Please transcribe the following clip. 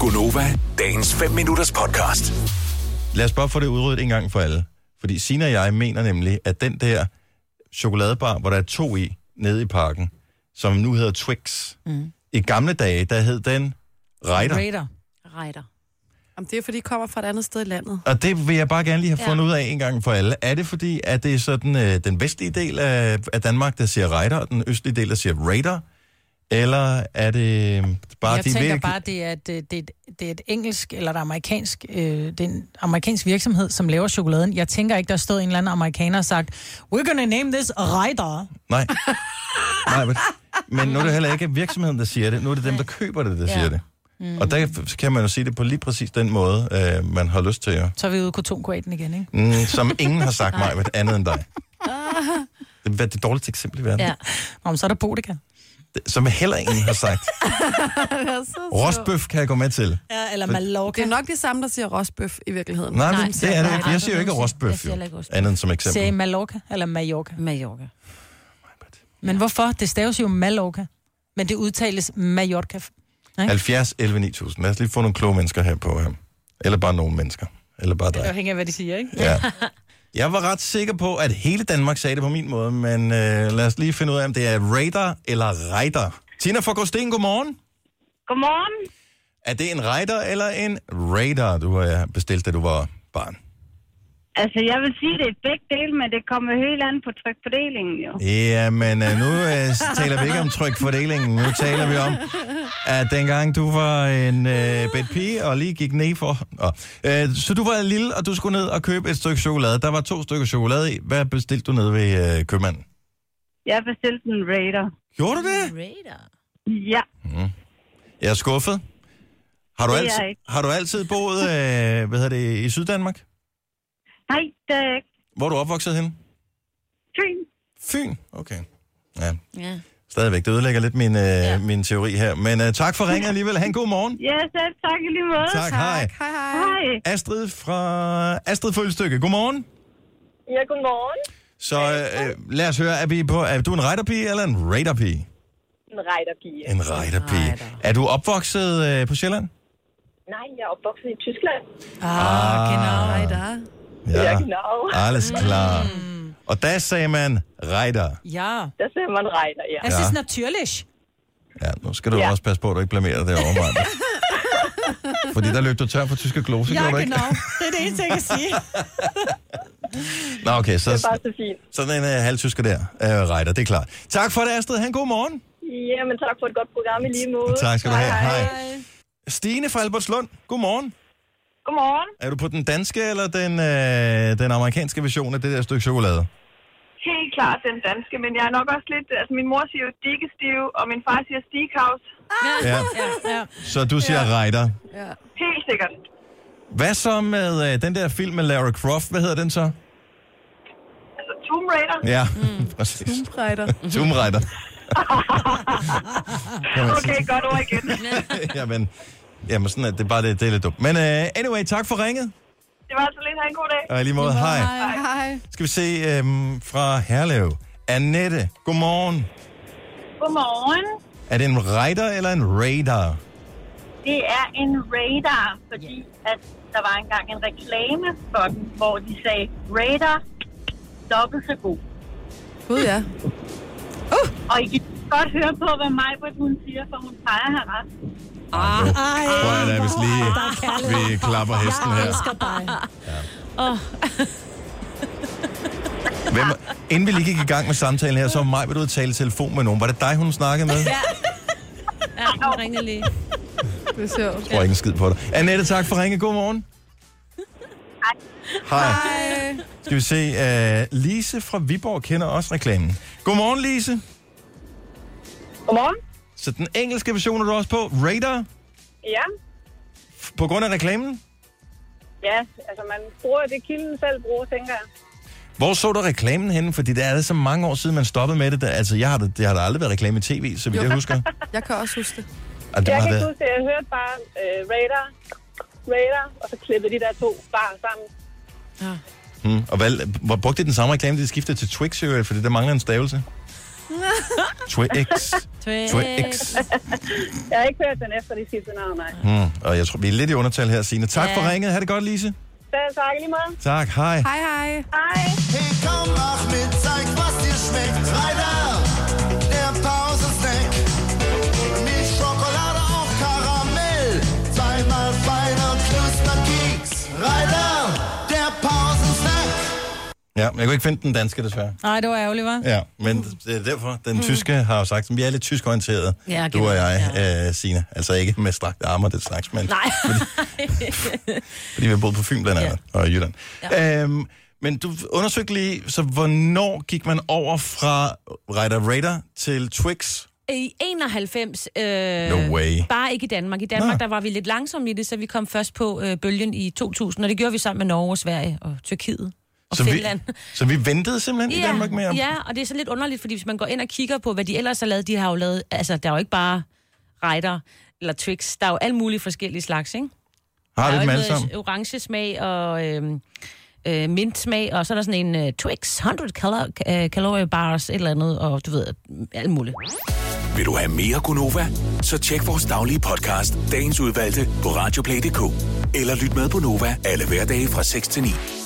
Gunova, dagens 5 minutters podcast. Lad os bare få det udryddet en gang for alle. Fordi Sina og jeg mener nemlig, at den der chokoladebar, hvor der er to i, nede i parken, som nu hedder Twix. Mm. I gamle dage, der hed den Reiter. Raider. Rejder. Jamen, det er, fordi de kommer fra et andet sted i landet. Og det vil jeg bare gerne lige have Ja. fundet ja. ud af en gang for alle. Er det fordi, at det er sådan øh, den vestlige del af, af Danmark, der siger Reiter, og den østlige del, der siger Raider? Eller er det øh, bare, jeg de tænker vil- bare, det er, et, øh, det, er et, det er et engelsk eller et amerikansk, øh, det er en amerikansk virksomhed, som laver chokoladen. Jeg tænker ikke, der stod en eller anden amerikaner og sagt, we're gonna name this Raider. Nej. Nej, men, men nu er det heller ikke virksomheden, der siger det. Nu er det dem, der køber det, der Ja. ja. siger det. Mm. Og der f- kan man jo sige det på lige præcis den måde, øh, man har lyst til at... Så er vi ude i kotonkoaten igen, ikke? Mm, som ingen har sagt mig, men andet end dig. Det er det dårligste eksempel i verden. Ja. Ja. Nå, men så er der Bodega. Som heller ingen har sagt. Rostbøf kan jeg gå med til. Ja, eller Det Mallorca. er nok det samme, der siger rosbøf i virkeligheden. Nej, Nej, men så- det er det. nej, ikke. Jeg siger jo ikke jeg rostbøf, siger jo. heller ikke rostbøf. Andet end som Sagde I eksempel. Mallorca eller Mallorca. Mallorca. Men hvorfor? Det staves jo Mallorca. Men det udtales Mallorca. 70, 11, 9000. Lad os lige få nogle kloge mennesker her på ham. Eller bare nogle mennesker. Eller bare dig. afhænger af, hvad de siger, ikke? Ja. Jeg var ret sikker på, at hele Danmark sagde det på min måde, men øh, lad os lige finde ud af, om det er Raider eller Raider. Tina fra Gråsten, godmorgen. Godmorgen. Er det en Raider eller en Raider, du har øh, bestilt, da du var barn? Altså, jeg vil sige, det er begge dele, men det kommer jo helt an på trykfordelingen, jo. Jamen, øh, nu øh, taler vi ikke om trykfordelingen. Nu taler vi om, at dengang du var en øh, bed pige og lige gik ned for... Nå. Øh, så du var lille, og du skulle ned og købe et stykke chokolade. Der var to stykker chokolade i. Hvad bestilte du ned ved øh, købmanden? Jeg bestilte en Raider. Gjorde du det? Raider. Ja, Jeg er skuffet. Har du, Det er altid, jeg ikke. har du altid boet øh, hvad hedder det, i Syddanmark? nej, det er jeg ikke. Hvor er du opvokset henne? Fyn. Fyn. Okay. Ja, Ja. stadigvæk. Det ødelægger lidt min, øh, ja. min teori her. Men øh, tak for ringen alligevel. Ha' en god morgen. Ja, selv tak i lige måde. Tak, hej. Hej, hej. Hej. Astrid fra Astrid Følstykke. Godmorgen. Ja, godmorgen. Så øh, lad os høre, er, vi på, er du en rejderpige eller en raiderpige? En rejderpige. En rejderpige. Raider. Er du opvokset øh, på Sjælland? Nej, jeg er opvokset i Tyskland. Ah, genau. Hej, der. Ja, genau. Alles klar. Mm. Og der sagde man rejder. Ja. Der ser man rejder, ja. Altså- Es ist natürlich. Ja, nu skal du ja. Ja. også passe på, at du ikke blamerer dig derovre, Maja. Fordi der løb du tør på tyske glose, Ja, gjorde du ikke? genau. Det er det eneste, jeg kan sige. Nå, okay, Det er så bare så fint. sådan en uh, halvtysker der, uh, Reiter, det er klart. Tak for det, Astrid. Han god morgen. Jamen, tak for et godt program i lige måde. Tak skal du have. Hej. Stine fra Albertslund, god morgen. Godmorgen. Er du på den danske eller den, øh, den amerikanske version af det der stykke chokolade? Helt klart den danske, men jeg er nok også lidt... Altså, min mor siger jo dikkestiv, og min far siger stigkaus. Ja. Ja. Så du siger ja. Reiter. Helt sikkert. Hvad så med øh, den der film med Lara Croft? Hvad hedder den så? Altså, Tomb Raider. Ja, mm. præcis. Raider. Tomb Raider. Kan man sige. Okay, godt ord igen. jamen, jamen, sådan er det bare det, det er lidt dumt. Men uh, anyway, tak for ringet. Det var altså lidt. Ha' en god dag. Og i lige måde, hej. Hej, hej. Skal vi se øhm, fra Herlev. Annette, godmorgen. Godmorgen. Er det en rider eller en radar? Det er en radar, fordi at der var engang en reklame for den, hvor de sagde, radar, dobbelt så god. Gud, ja. Og I kan godt høre på, hvad Majbert hun siger, for hun plejer at have ret. Ah, Ej, Prøv at da, hvis lige vi klapper hesten jeg her. elsker dig. Hvem, inden vi lige gik i gang med samtalen her, så var mig ved at tale i telefon med nogen. Var det dig, hun snakkede med? Jeg Ja, hun ringer lige. Det er sjovt. tror ikke en skid på dig. Annette, tak for ringe. God morgen. Hej. Hej. Skal vi se. Uh, Lise fra Viborg kender også reklamen. Godmorgen, Lise. Godmorgen. Så den engelske version er du også på. Radar. Ja. På grund af reklamen? Ja, altså man bruger det, kilden selv bruger, tænker jeg. Hvor så du reklamen henne? Fordi det er det så mange år siden, man stoppede med det. Der- Altså, jeg har, det, det har der aldrig været reklame i tv, så vidt jeg husker. Jeg kan også huske det. Og det Jeg har kan ikke været... huske, at jeg hørte bare øh, radar, radar, og så klippede de der to bare sammen. hmm. Og hvad, hvor brugte de den samme reklame, de skiftede til Twix, jo, fordi der mangler en stavelse. Twix. Twix. Twix. Jeg har ikke hørt den efter de sidste navn, nej. Mm, og jeg tror, vi er lidt i undertal her, Signe. Tak Ja. for ringet. Ha' det godt, Lise. Selv tak lige meget. Tak. Hej. Hej, hej. Hej. Hey, komm, mach mit, zeig, was dir schmeckt. Reiner, der Pausensnack. Milch, Schokolade, auch Karamell. Zweimal feiner Knusterkeks. Reiner, der Pausensnack. Ja, jeg kunne ikke finde den danske, desværre. Nej, det var ærgerligt, var. Ja, men det er derfor, den tyske har jo sagt, at vi er lidt tyskorienterede, Mm. Ja, du og jeg, generelt, ja. øh, Signe. Altså ikke med strakt arme og det slags, men Nej. fordi vi har boet på Fyn blandt andet, ja. og i Jylland. Ja. Øhm, men du undersøgte lige, så hvornår gik man over fra Rider Raider til Twix? I 91. Øh, No way. Bare ikke i Danmark. I Danmark, Nå. der var vi lidt langsomme i det, så vi kom først på øh, bølgen i 2000, og det gjorde vi sammen med Norge, Sverige og Tyrkiet og så, vi, Finland. så vi ventede simpelthen i Danmark med ham? ja, og det er så lidt underligt, fordi hvis man går ind og kigger på, hvad de ellers har lavet, de har jo lavet, altså der er jo ikke bare Ryder eller Twix, der er jo alle mulige forskellige slags, ikke? Har der vi er dem jo alle ikke sammen? noget orange smag og øhm, øh, mint smag, og så er der sådan en øh, Twix 100 calo- øh, calorie bars, et eller andet, og du ved, alt muligt. Vil du have mere Gunova? Så tjek vores daglige podcast, dagens udvalgte, på radioplay.dk. Eller lyt med på Nova alle hverdage fra 6 til 9.